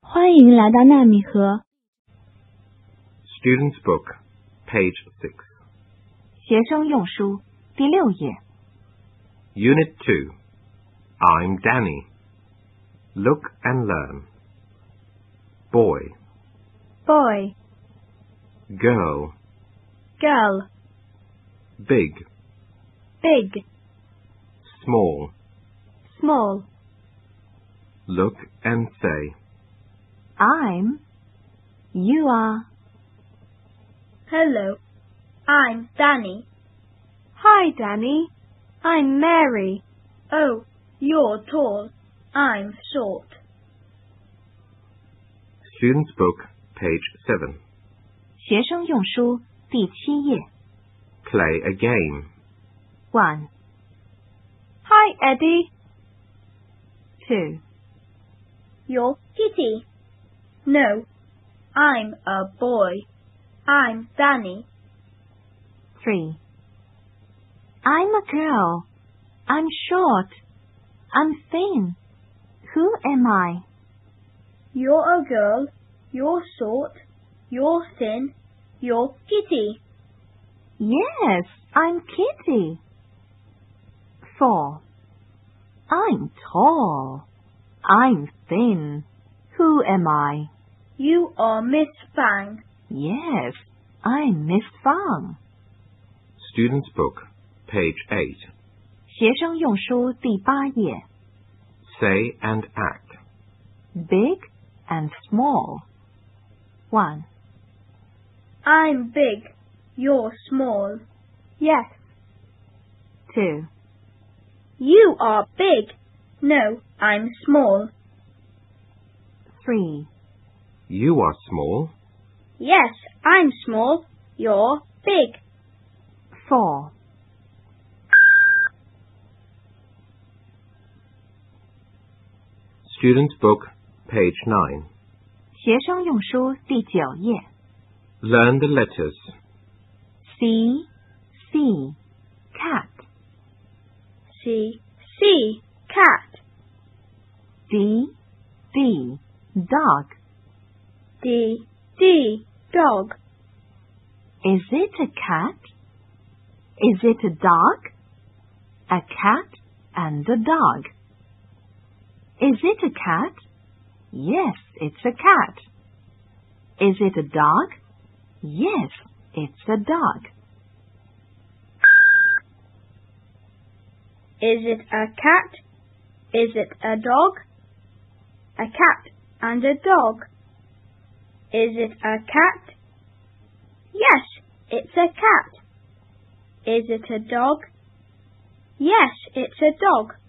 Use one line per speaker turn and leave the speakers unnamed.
欢迎来到纳米河
Student's Book, page 6,
学生用书第六页。
Unit 2. I'm Danny. Look and learn. Boy,
，boy
girl,
girl
big,
big
small.
small
Look and say,
I'm, you are,
Hello, I'm Danny. Hi, Danny. I'm Mary. Oh, you're tall. I'm short.
Student's Book, page 7.
学生用书第七页。
Play a game.
One,
Hi, Eddie.
two,
You're Kitty. No, I'm a boy. I'm Danny.
three. I'm a girl. I'm short. I'm thin. Who am I?
You're a girl. You're short. You're thin. You're Kitty.
Yes, I'm Kitty. Four. I'm tall. I'm thin. Who am I?
You are Miss Fang.
Yes, I'm Miss Fang.
Student's Book, page 8.
学生用书第八页。
Say and act.
Big and small. One,
I'm big. You're small. Yes.
two,
You are big. No, I'm small.
three,
You are small.
Yes, I'm small. You're big.
four.
Student's Book, page 9.
学生用书第九页。
Learn the letters.
C, C, cat.
C, C, cat.
D, D, dog.
D, D, dog.
Is it a cat? Is it a dog? A cat and a dog. Is it a cat? Yes, it's a cat. Is it a dog? Yes, it's a dog.
Is it a cat? Is it a dog? A cat and a dog. Is it a cat? Yes, it's a cat. Is it a dog? Yes, it's a dog.